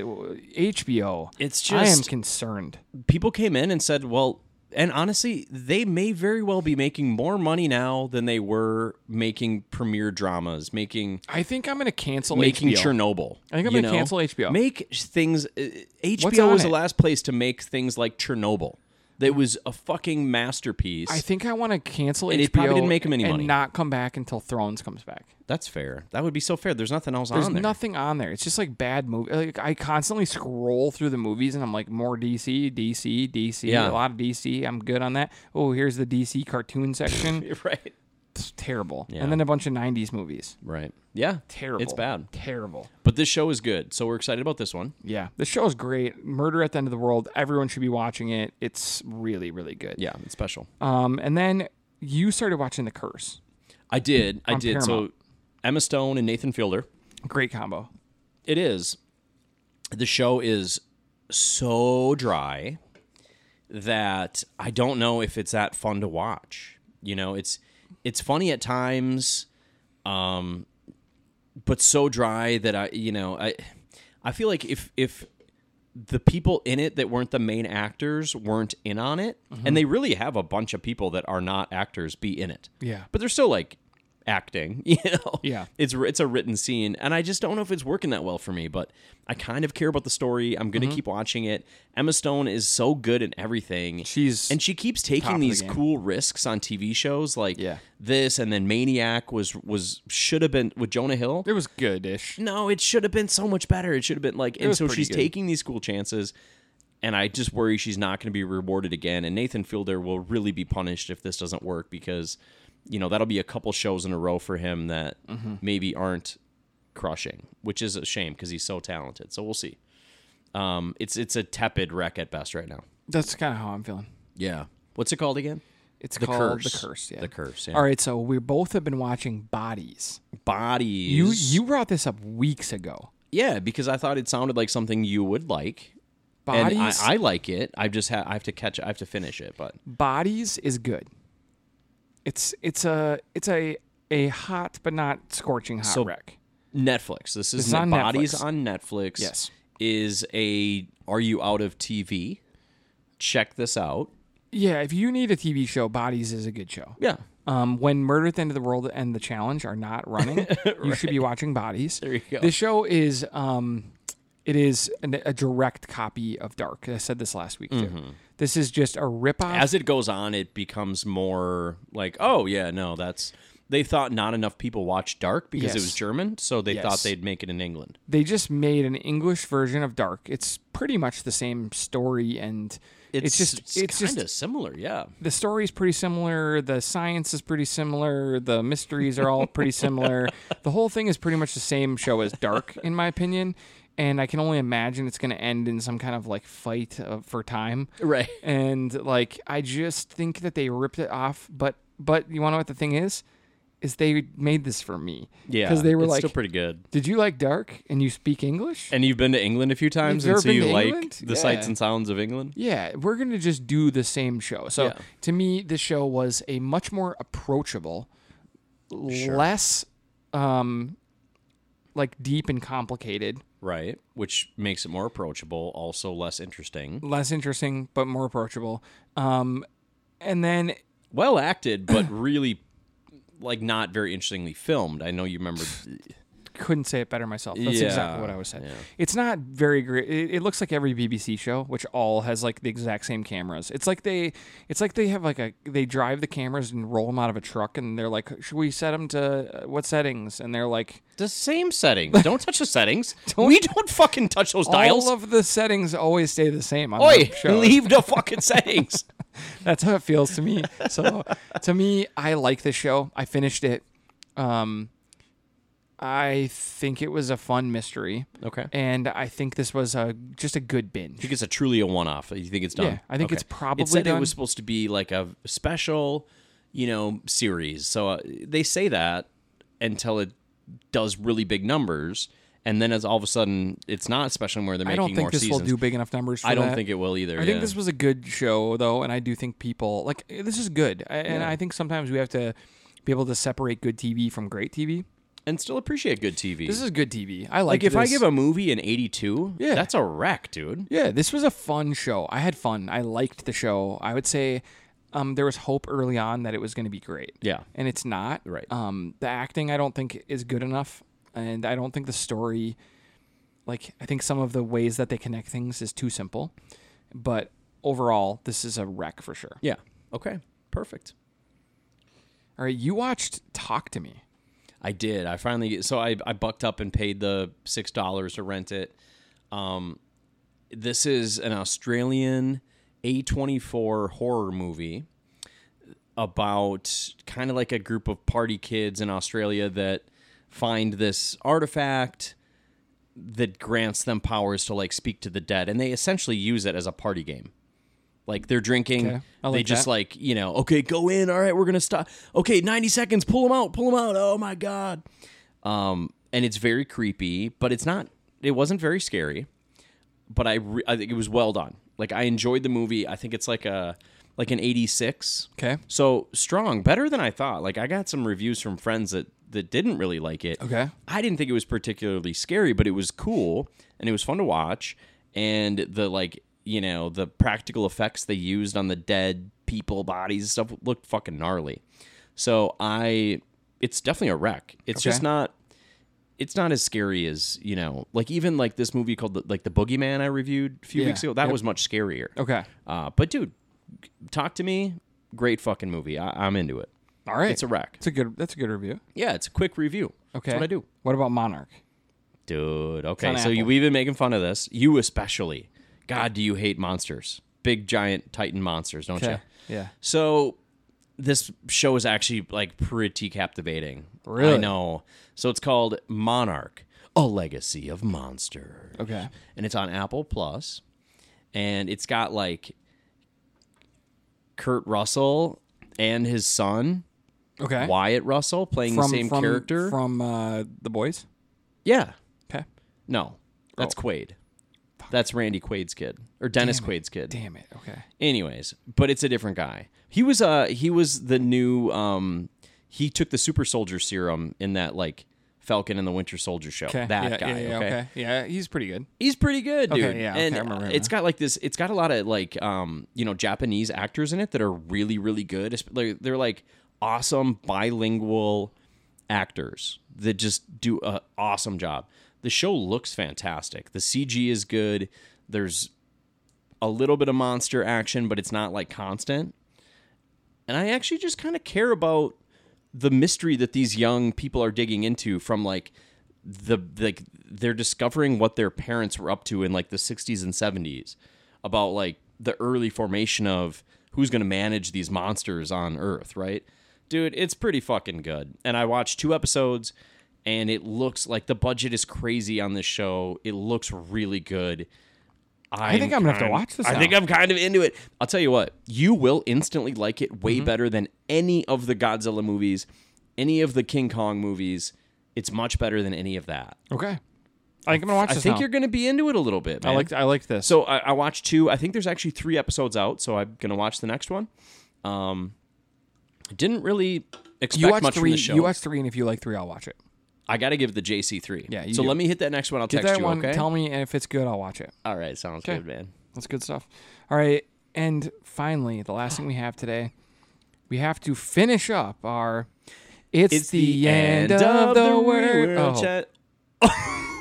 HBO. It's I am just- concerned. People came in and said, "Well," and honestly, they may very well be making more money now than they were making premiere dramas, making I think I'm going to cancel making HBO. Chernobyl. I think I'm gonna you know? cancel HBO. Make things. uh, What's HBO on was the it? last place to make things like Chernobyl. That was a fucking masterpiece. I think I want to cancel And HBO. it probably didn't make 'em any and money. not come back until Thrones comes back. That's fair. That would be so fair. There's nothing else There's on there. nothing on there. It's just like bad movie. Like I constantly scroll through the movies and I'm like more DC, DC, DC. A Yeah. lot of DC. I'm good on that. Oh, here's the DC cartoon section. right. it's terrible. Yeah. And then a bunch of 90s movies. Right. Yeah. Terrible. It's bad. Terrible. But this show is good. So we're excited about this one. Yeah. The show is great. Murder at the End of the World. Everyone should be watching it. It's really really good. Yeah, it's special. Um and then you started watching The Curse. I did. I On did. Paramount. So Emma Stone and Nathan Fielder. Great combo. It is. The show is so dry that I don't know if it's that fun to watch. You know, it's it's funny at times, um, but so dry that I, you know, I I feel like if if the people in it that weren't the main actors weren't in on it, and they really have a bunch of people that are not actors be in it Yeah. but they're still like acting you know Yeah. it's it's a written scene and i just don't know if it's working that well for me but i kind of care about the story i'm Mm-hmm. gonna keep watching it emma stone is so good in everything She's and she keeps top taking of the these game. cool risks on tv shows like Yeah. this and then maniac was was should have been with jonah hill it was goodish. no it should have been so much better it should have been like and was so pretty she's good. taking these cool chances and i just worry she's not going to be rewarded again and nathan fielder will really be punished if this doesn't work because you know that'll be a couple shows in a row for him that maybe aren't crushing which is a shame because he's so talented so we'll see um it's it's a tepid wreck at best right now That's kind of how I'm feeling. yeah what's it called again It's the called curse The Curse, yeah. the curse yeah. All right, so we both have been watching Bodies. bodies You you brought this up weeks ago. yeah because i thought it sounded like something you would like Bodies And I, I like it. I just ha- I have to catch. I have to finish it. But Bodies is good. It's it's a it's a a hot but not scorching hot So- wreck. Netflix. This is is on Bodies Netflix. on Netflix. Yes. is a Are You Out of TV? Check this out. Yeah, if you need a TV show, Bodies is a good show. Yeah. Um, when Murder at the End of the World and The Challenge are not running, you should be watching Bodies. There you go. This show is um, it is an, a direct copy of Dark. I said this last week too. This is just a ripoff. Mm-hmm. As it goes on, it becomes more like, oh, yeah, no, that's. They thought not enough people watched Dark because it Yes. was German, so they thought Yes. they'd make it in England. they just made an English version of Dark. It's pretty much the same story, and it's, just it's, kind just of similar, yeah. the story's pretty similar. The science is pretty similar. The mysteries are all pretty similar. the whole thing is pretty much the same show as Dark, in my opinion. And I can only imagine it's going to end in some kind of like fight uh, for time. Right. And like, I just think that they ripped it off. But, but you want to know what the thing is? Is they made this for me. Yeah, Because they were it's like, still pretty good. Did you like Dark and you speak English? And you've been to England a few times, You've and ever so been you to like England? the sights Yeah. and sounds of England. Yeah, we're gonna just do the same show. So Yeah. to me, this show was a much more approachable, less, um, like deep and complicated, Right, which makes it more approachable, also less interesting. less interesting but more approachable. Um, and then Well acted, but really like not very interestingly filmed. I know you remember couldn't say it better myself. That's exactly what I was saying. yeah. It's not very great. It, it looks like every BBC show, which all has like the exact same cameras. It's like they, it's like they have like a they drive the cameras and roll them out of a truck, and they're like, should we set them to uh, what settings? And they're like. the same settings. Don't touch the settings. we don't fucking touch those dials. All of the settings always stay the same on Oi, the show. leave the fucking settings. That's how it feels to me. So to me, I like this show. I finished it. Um, I think it was a fun mystery, okay. and I think this was a just a good I binge. think it's a truly a one-off. You think it's done? Yeah, I think it's probably It said it done. was supposed to be like a special, you know, series. So uh, they say that until it does really big numbers, and then as all of a sudden it's not special anymore. They're I making don't more think this seasons. will do big enough numbers. For I don't that. think it will either. I yeah. think this was a good show though, and I do think people like eh, this is good. I, And I think sometimes we have to be able to separate good TV from great TV. and still appreciate good TV. This is good TV. I like like if I this. give a movie an eighty-two, Yeah. that's a wreck, dude. Yeah, this was a fun show. I had fun. I liked the show. I would say um, there was hope early on that it was going to be great. Yeah. And it's not. Right. Um, the acting, I don't think, is good enough. And I don't think the story, like, I think some of the ways that they connect things is too simple. But overall, this is a wreck for sure. Yeah. Okay. Perfect. All right, you watched Talk to Me. I did. I finally so I I bucked up and paid the six dollars to rent it. Um, this is an Australian A twenty four horror movie about kind of like a group of party kids in Australia that find this artifact that grants them powers to like speak to the dead, and they essentially use it as a party game. Like they're drinking, Okay. I they like just that. like you know, okay, go in. All right, we're gonna stop. Okay, ninety seconds. Pull them out. Pull them out. Oh my god. Um, and it's very creepy, but it's not. It wasn't very scary but I, re- I think it was well done. Like I enjoyed the movie. I think it's like a like an 86. Okay. So strong, better than I thought. Like I got some reviews from friends that that didn't really like it. Okay. I didn't think it was particularly scary, but it was cool and it was fun to watch and the like, you know, the practical effects they used on the dead people bodies and stuff looked fucking gnarly. So I it's definitely a wreck. It's just Okay. not it's not as scary as you know like even like this movie called the, like the boogeyman i reviewed a few Yeah. weeks ago that was much scarier Okay. uh, but dude g- talk to me great fucking movie I, i'm into it All right. it's a wreck It's a good. That's a good review. yeah it's a quick review Okay. that's what i do What about Monarch? dude okay on so you, Apple. we've been making fun of this you especially god do you hate monsters big giant titan monsters don't Okay. you Yeah. so this show is actually like pretty captivating. Really? I know. So it's called Monarch: A Legacy of Monsters. Okay. And it's on Apple Plus, and it's got like Kurt Russell and his son Okay. Wyatt Russell playing the same character. from uh, the boys. yeah. Okay. No, that's Quaid. That's Randy Quaid's kid or Dennis Quaid's kid. Oh. Damn it. Okay. Anyways, but it's a different guy. He was uh he was the new um he took the super soldier serum in that like Falcon and the Winter Soldier show. Okay. That yeah, guy. yeah, yeah, okay? Yeah, he's pretty good. He's pretty good, dude. Okay, yeah, okay, and I remember him it's got like this. It's got a lot of like, um, you know, Japanese actors in it that are really, really good. It's- They're, they're like awesome bilingual actors that just do an awesome job. The show looks fantastic. The CG is good. There's a little bit of monster action, but it's not like constant. And I actually just kind of care about the mystery that these young people are digging into from like the like they're discovering what their parents were up to in like the 60s and 70s about like the early formation of who's going to manage these monsters on earth right dude it's pretty fucking good and i watched two episodes and it looks like the budget is crazy on this show it looks really good i think I'm gonna have to watch this i now. think I'm kind of into it. Mm-hmm. I'll tell you what, you will instantly like it way better than any of the Godzilla movies, any of the King Kong movies. It's much better than any of that. Okay. I think I'm gonna watch I this think now. you're going to be into it a little bit, man. I like I like this. so I, I watched two. I think there's actually three episodes out, so I'm going to watch the next one. Um, I didn't really expect you watch much from three. the show. You watch three, and if you like three, I'll watch it. I got to give the JC three. Yeah, you so do. let me hit that next one. I'll Get text that you. one. okay. Tell me, and if it's good, I'll watch it. All right. Sounds good, man. That's good stuff. All right. And finally, the last thing we have today, we have to finish up our. It's, the, end, of the, world. Oh, Chat.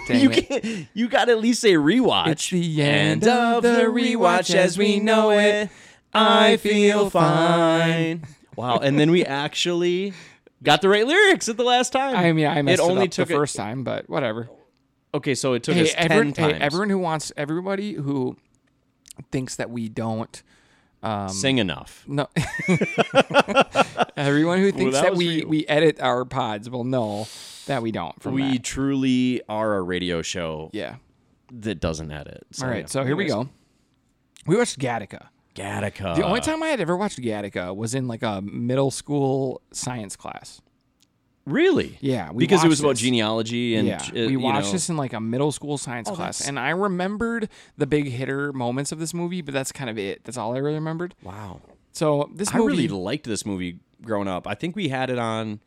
dang you it. can't, you got to at least say rewatch. It's the end of the rewatch as we know it. I feel fine. Wow, and then we actually got the right lyrics at the last time. I mean, I messed it, only up took the it- first time, but whatever. Okay, so it took Hey, us everyone, ten hey, times. everyone who wants, everybody who thinks that we don't Sing enough. No. Everyone who thinks that that, was for we, you. we edit our pods will know that we don't. From We that. truly are a radio show yeah. that doesn't edit. So, All right, yeah. so here we Anyways. Uh. go. We watched Gattaca. Gattaca. The only time I had ever watched Gattaca was in like a middle school science class. really? Yeah, we because it watched was about this. genealogy and Yeah, uh, we you watched know, this in like a middle school science class, and I remembered the big hitter moments of this movie, but that's kind of it. That's all I really remembered. Wow. So this I movie, really liked this movie growing up. I think we had it on.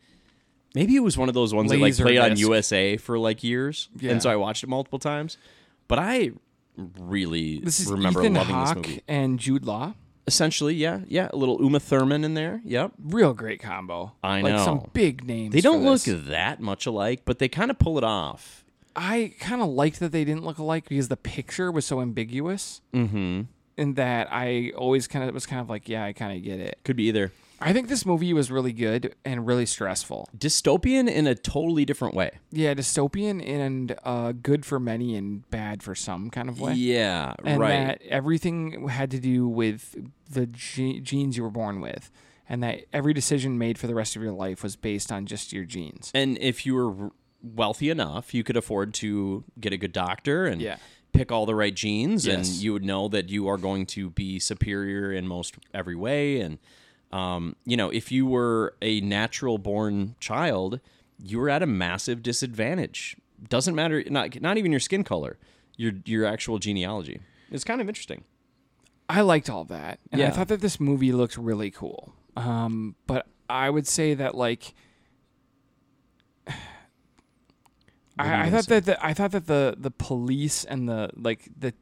Maybe it was one of those ones that like played on Laserdisc. USA for like years, Yeah. and so I watched it multiple times. But I really this is remember Ethan loving Hawke this movie. and Jude Law. Essentially, yeah, yeah, a little Uma Thurman in there. Yep. Real great combo. I Like some know. big names. They don't for look this. that much alike, but they kind of pull it off. I kind of liked that they didn't look alike because the picture was so ambiguous. Mm-hmm. And that I always kind of was kind of like, yeah, I kind of get it. Could be either I think this movie was really good and really stressful. dystopian in a totally different way. Yeah, dystopian and uh, good for many and bad for some kind of way. Yeah, and right. that everything had to do with the ge- genes you were born with, and that every decision made for the rest of your life was based on just your genes. And if you were wealthy enough, you could afford to get a good doctor and Yeah. pick all the right genes, and Yes. you would know that you are going to be superior in most every way. And um, you know, if you were a natural born child, you were at a massive disadvantage. Doesn't matter, not not even your skin color, your your actual genealogy. It's kind of interesting. I liked all that, and I Yeah. thought that this movie looked really cool. Um, but I would say that like, you I, I gonna thought that the, I thought that the the police and the like the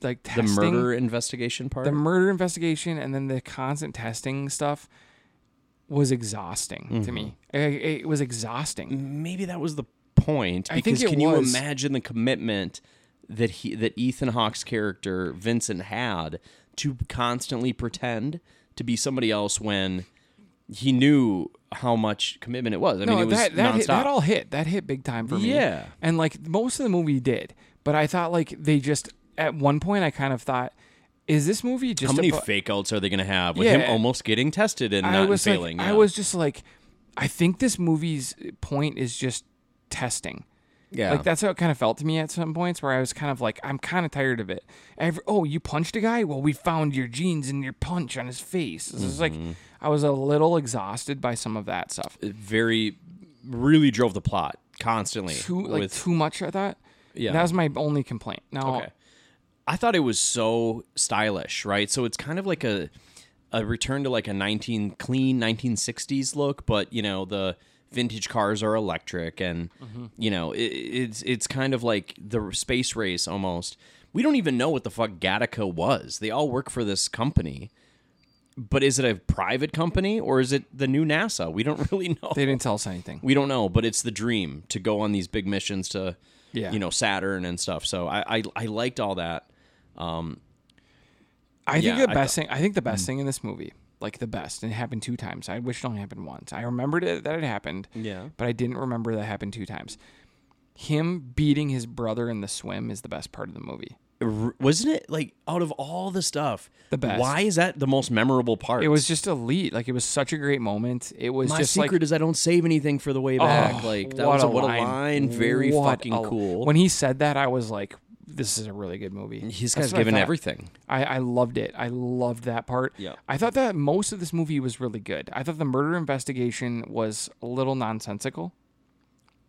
like The testing, murder investigation part. the murder investigation, and then the constant testing stuff was exhausting to me. I- Mm-hmm. I- it was exhausting. maybe that was the point I because think it can was. you imagine the commitment that he that Ethan Hawke's character Vincent had to constantly pretend to be somebody else when he knew how much commitment it was. I mean, it was that that nonstop. hit, that all hit. That hit big time for me. Yeah. and like most of the movie did, but I thought like they just at one point I kind of thought, is this movie just how many abo- fake outs are they going to have with Yeah. him almost getting tested and I not was failing? like, I Yeah. was just like, I think this movie's point is just testing. yeah. Like that's how it kind of felt to me at some points where I was kind of like, I'm kind of tired of it. Every, oh, you punched a guy? Well, we found your jeans and your punch on his face. This is like, Mm-hmm. I was a little exhausted by some of that stuff. It very really drove the plot constantly Too like with too much. I thought. Yeah. that was my only complaint. Now, Okay. I thought it was so stylish, right? So it's kind of like a a return to like a 19 clean 1960s look, but you know, the vintage cars are electric, and you know, it, it's it's kind of like the space race almost. We don't even know what the fuck Gattaca was. They all work for this company, but is it a private company or is it the new NASA? We don't really know. They didn't tell us anything. we don't know, but it's the dream to go on these big missions to, Yeah. you know, Saturn and stuff. So I I, I liked all that. I think Yeah, the I Mm. best thing. I think the best thing in this movie, like the best, and it happened two times. I wish it only happened once. I remembered it, that it happened. Yeah. But I didn't remember that happened two times. Him beating his brother in the swim is the best part of the movie. r- wasn't it like out of all the stuff The best. why is that the most memorable part It was just elite. Like it was such a great moment. It was my just secret like is i don't save anything for the way back oh, like that was a, what a line very What fucking a- cool When he said that, I was like, "This is a really good movie." he's That's guy's what I given thought. everything I, I loved it. I loved that part. Yeah. I thought that most of this movie was really good. I thought the murder investigation was a little nonsensical.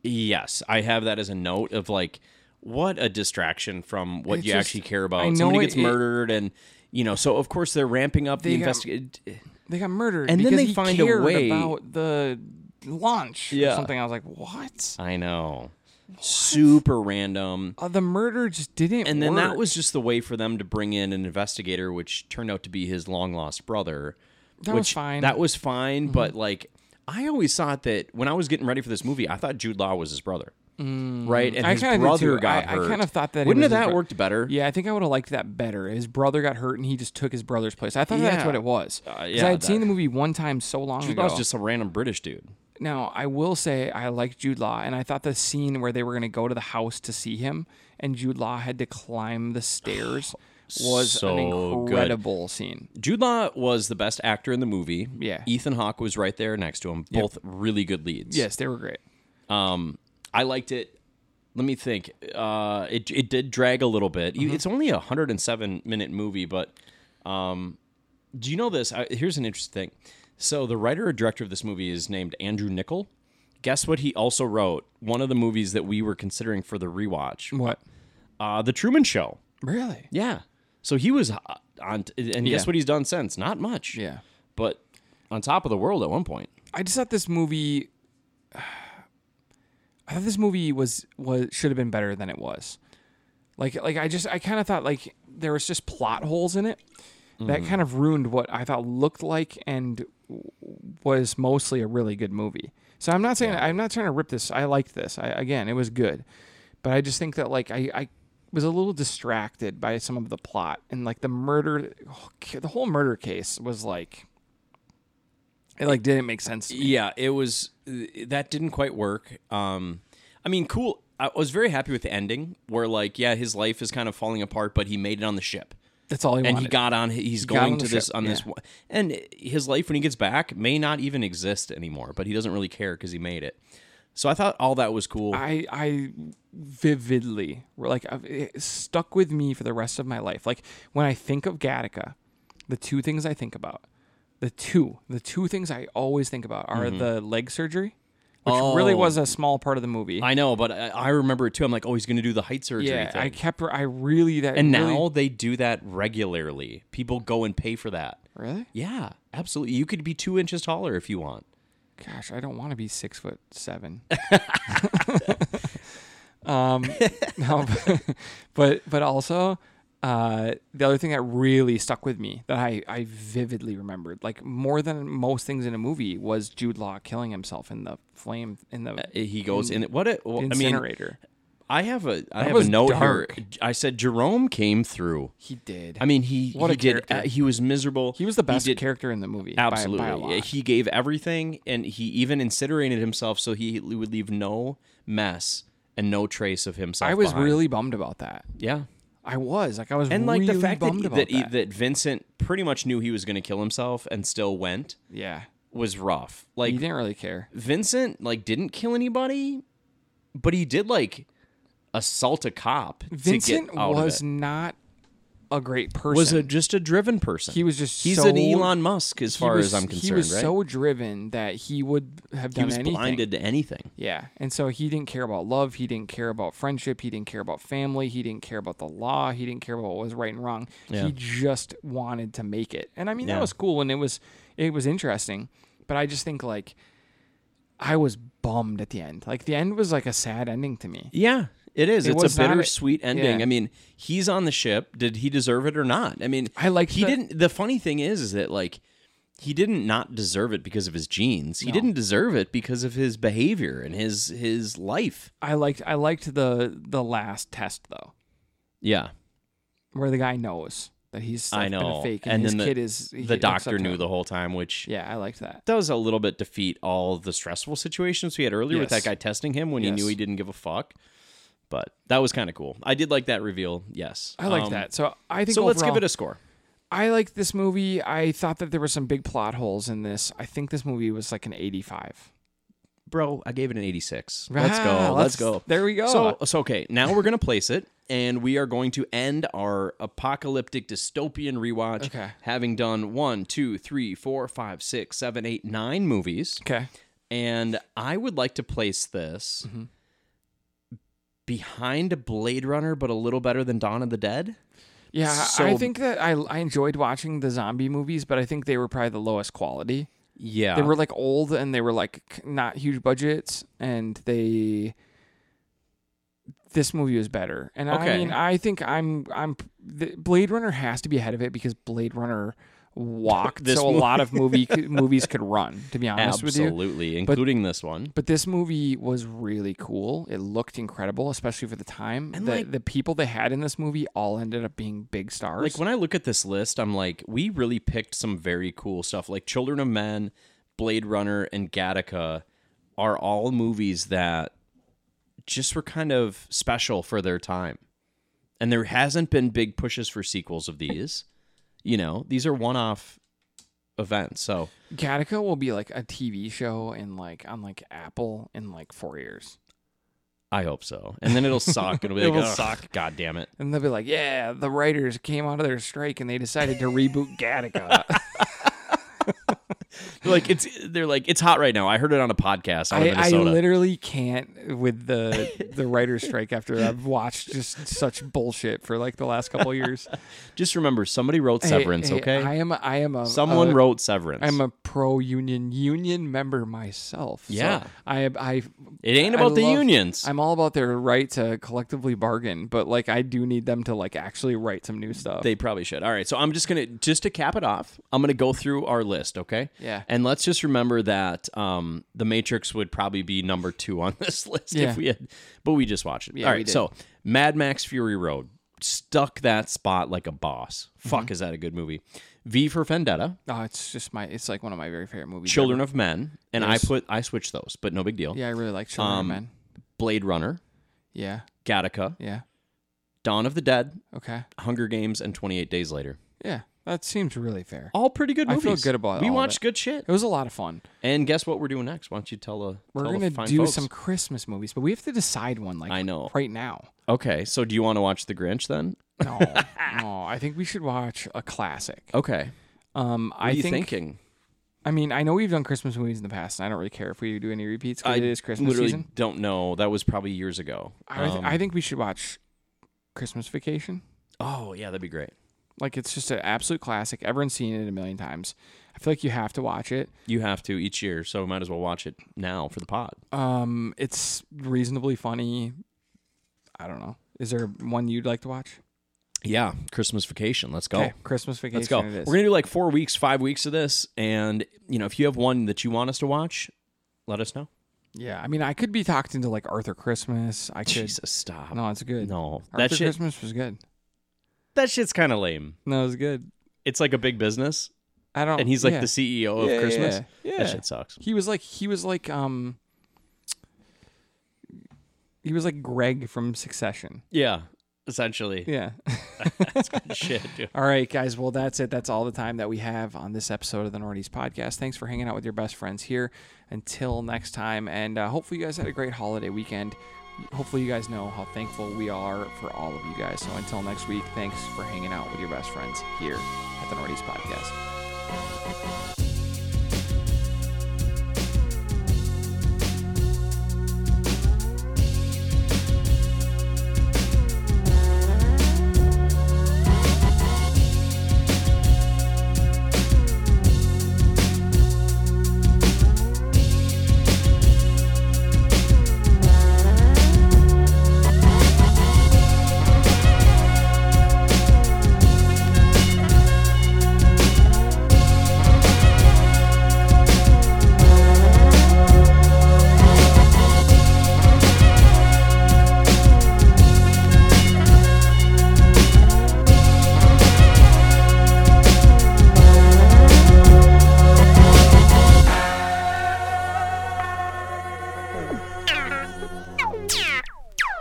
yes i have that as a note of like what a distraction from what It's you just- actually care about I know somebody it- gets it- murdered and you know so of course they're ramping up the They got- investigation They got murdered, And then because they he find a cared way- about the launch or Yeah. something. I was like, what? i know super random Uh, the murder just didn't. and then that work. was just the way for them to bring in an investigator, which turned out to be his long lost brother. That was which- fine. Mm-hmm. That was fine, but like I always thought that when I was getting ready for this movie, I thought Jude Law was his brother, right? Mm. And I his kinda did brother too. got I- I hurt. kinda thought that it wouldn't was have his that bro- worked better? Yeah, I think I would have liked that better. His brother got hurt, and he just took his brother's place. I thought that's Yeah. Uh, what it was. Because yeah, I had seen the that- movie one time so long Jude ago. Law's just some random British dude. Now, I will say I like Jude Law, and I thought the scene where they were going to go to the house to see him, and Jude Law had to climb the stairs, was an So good. incredible scene. Jude Law was the best actor in the movie. Yeah. Ethan Hawke was right there next to him. Both really good leads. Yes, they were great. Um, I liked it. Let me think. Uh, it it did drag a little bit. Mm-hmm. You It's only a hundred and seven minute movie, but um, do you know this? I, here's an interesting thing. So the writer or director of this movie is named Andrew Nichol. Guess what? He also wrote one of the movies that we were considering for the rewatch, What? uh, The Truman Show. Really? Yeah. So he was uh, on, and Yeah. guess what he's done since? Not much. Yeah. But on top of the world at one point. I just thought this movie. I thought this movie was was should have been better than it was. Like like I just I kind of thought like there was just plot holes in it that kind of ruined what I thought looked like and w- was mostly a really good movie. So I'm not saying I'm not trying to rip this. I liked this. I again it was good, but I just think that like I I was a little distracted by some of the plot and like the murder oh, the whole murder case was like it like didn't make sense to me. Yeah, it was uh, that didn't quite work. Um, I mean, cool. I was very happy with the ending, where like, yeah, his life is kind of falling apart, but he made it on the ship, That's all he and wanted. he got on. He's got going on to the this ship, on this, yeah. one- and his life when he gets back may not even exist anymore. But he doesn't really care because he made it. So I thought all that was cool. I I vividly like I've- it stuck with me for the rest of my life. Like when I think of Gattaca, the two things I think about, the two the two things I always think about are the leg surgery, which really Mm-hmm. Oh. was a small part of the movie. I know, but I, I remember it too. I'm like, oh, he's going to do the height surgery yeah, thing. I kept I really that and really- now they do that regularly. People go and pay for that. really Yeah, absolutely. You could be two inches taller if you want. gosh I don't want to be six foot seven. um, no, but, but but also uh, the other thing that really stuck with me that I, I vividly remembered, like more than most things in a movie, was Jude Law killing himself in the flame in the he goes in what it, Uh, well, I mean incinerator. I have a I have was a note dark. here. I said Jerome came through. he did. I mean he What he a did character. he was miserable. he was the best did- character in the movie. by- by a absolutely. lot. He gave everything and he even incinerated himself so he would leave no mess and no trace of himself. I was behind. really bummed about that. yeah. I was like, I was And like really the fact that bummed that, about that. He, that Vincent pretty much knew he was going to kill himself and still went yeah, was rough. he Like didn't really care. Vincent like didn't kill anybody, but he did like assault a cop. Vincent to get out of it. was not a great person. was a, just a driven person. He was just he's so- an Elon Musk as He far was- as I'm he concerned, was right? so driven that he would have done he was anything. blinded to anything. Yeah. And so he didn't care about love. He didn't care about friendship. He didn't care about family. He didn't care about the law. He didn't care about what was right and wrong. Yeah. He just wanted to make it. And I mean, Yeah. that was cool and it was, it was interesting. But I just think like, I was bummed at the end. Like the end was like a sad ending to me. Yeah, it is. It it's was a not a- bittersweet ending. yeah. I mean, he's on the ship. Did he deserve it or not? I mean, I liked He the- didn't. The funny thing is, is that like he didn't not deserve it because of his genes. He No. didn't deserve it because of his behavior and his his life. I liked I liked the the last test though, Yeah, where the guy knows that he's I a bit of know. fake, and, And his then the- kid is he the looks up doctor to knew him. the whole time, which Yeah, I liked that. does a little bit defeat all the stressful situations we had earlier with Yes. that guy testing him when he Yes. knew he didn't give a fuck. But that was kind of cool. I did like that reveal. Yes, I liked Um, that. So I think So let's give overall- it a score. I liked this movie. I thought that there were some big plot holes in this. I think this movie was like an 85. bro, I gave it an 86. Let's Ah, go. Let's, let's- go. there we go. So, so, okay, now we're going to place it and we are going to end our apocalyptic dystopian rewatch Okay. having done one, two, three, four, five, six, seven, eight, nine movies. Okay. And I would like to place this behind Blade Runner, but a little better than Dawn of the Dead. Yeah, I So- think that I I enjoyed watching the zombie movies, but I think they were probably the lowest quality. Yeah. They were like old and they were like k- not huge budgets and they this movie was better. And I Okay. mean, I think I'm I'm the, Blade Runner has to be ahead of it because Blade Runner walked This so a movie- lot of movie c- movies could run to be honest with you. Absolutely, including this one. But this movie was really cool. It looked incredible, especially for the time. And, the, like- the people they had in this movie all ended up being big stars. Like when I look at this list, I'm like, we really picked some very cool stuff. Like Children of Men, Blade Runner, and Gattaca are all movies that just were kind of special for their time. And there hasn't been big pushes for sequels of these. You know, these are one off events. So Gattaca will be like a TV show in like on like Apple in like four years, I hope so. And then it'll suck. It'll be It like, will "Ugh, suck." God damn it. and they'll be like, "Yeah, the writers came out of their strike and they decided to reboot Gattaca." They're like it's they're like, it's hot right now. I heard it on a podcast out of I, I Minnesota. literally can't with the the writers strike after I've watched just such bullshit for like the last couple years. just remember somebody wrote Hey, Severance, hey, okay? I am a, I am a Someone a- wrote Severance. I'm a pro union union member myself. so Yeah. I I It ain't I about the love- unions. I'm all about their right to collectively bargain, but like I do need them to like actually write some new stuff. they probably should. All right, so I'm just gonna just to cap it off. I'm gonna go through our list, okay? Yeah. And let's just remember that um, the Matrix would probably be number two on this list Yeah. if we had, but we just watched it. Yeah, All we right, did. so Mad Max Fury Road stuck that spot like a boss. Mm-hmm. Fuck, is that a good movie? V for Vendetta, oh, it's just my it's like one of my very favorite movies. Children of Men, and I put I switched those, but no big deal. ever. Yeah, I really like Children Um, of Men. Blade Runner, Yeah. Gattaca, Yeah. Dawn of the Dead, Okay. Hunger Games, and 28 Days Later. Yeah. That seems really fair. All pretty good I movies. feel good about We all of watched good shit. It was a lot of fun. And guess what we're doing next? Why don't you tell a We're tell the gonna fine do folks? some Christmas movies, but we have to decide one like I know. right now. Okay, so do you want to watch The Grinch then? No, no. I think we should watch a classic. Okay. Um, What I are you think thinking? I mean, I know we've done Christmas movies in the past, and I don't really care if we do any repeats because I it is Christmas literally season. don't know. That was probably years ago. I, th- Um, I think we should watch Christmas Vacation. oh yeah, that'd be great. Like, it's just an absolute classic. Everyone's seen it a million times. I feel like you have to watch it. You have to each year, so we might as well watch it now for the pod. Um, it's reasonably funny. I don't know. Is there one you'd like to watch? Yeah, Christmas vacation. Let's go. Okay, Christmas Vacation. Let's go. It We're is. gonna do like four weeks, five weeks of this, and you know, if you have one that you want us to watch, let us know. yeah, I mean, I could be talked into like Arthur Christmas. I could. Jesus, stop. No, it's good. No, Arthur that shit. Christmas was good. That shit's kind of lame. No, it was good. It's like a big business, I don't. and he's like yeah. the CEO of Yeah, Christmas. Yeah, That yeah. shit sucks. He was like he was like um he was like Greg from Succession. Yeah, essentially. Yeah. Shit, dude. all right, guys. Well, that's it. That's all the time that we have on this episode of the Nordies podcast. Thanks for hanging out with your best friends here. Until next time, and uh, hopefully you guys had a great holiday weekend. Hopefully you guys know how thankful we are for all of you guys. So until next week, thanks for hanging out with your best friends here at the Nordies podcast.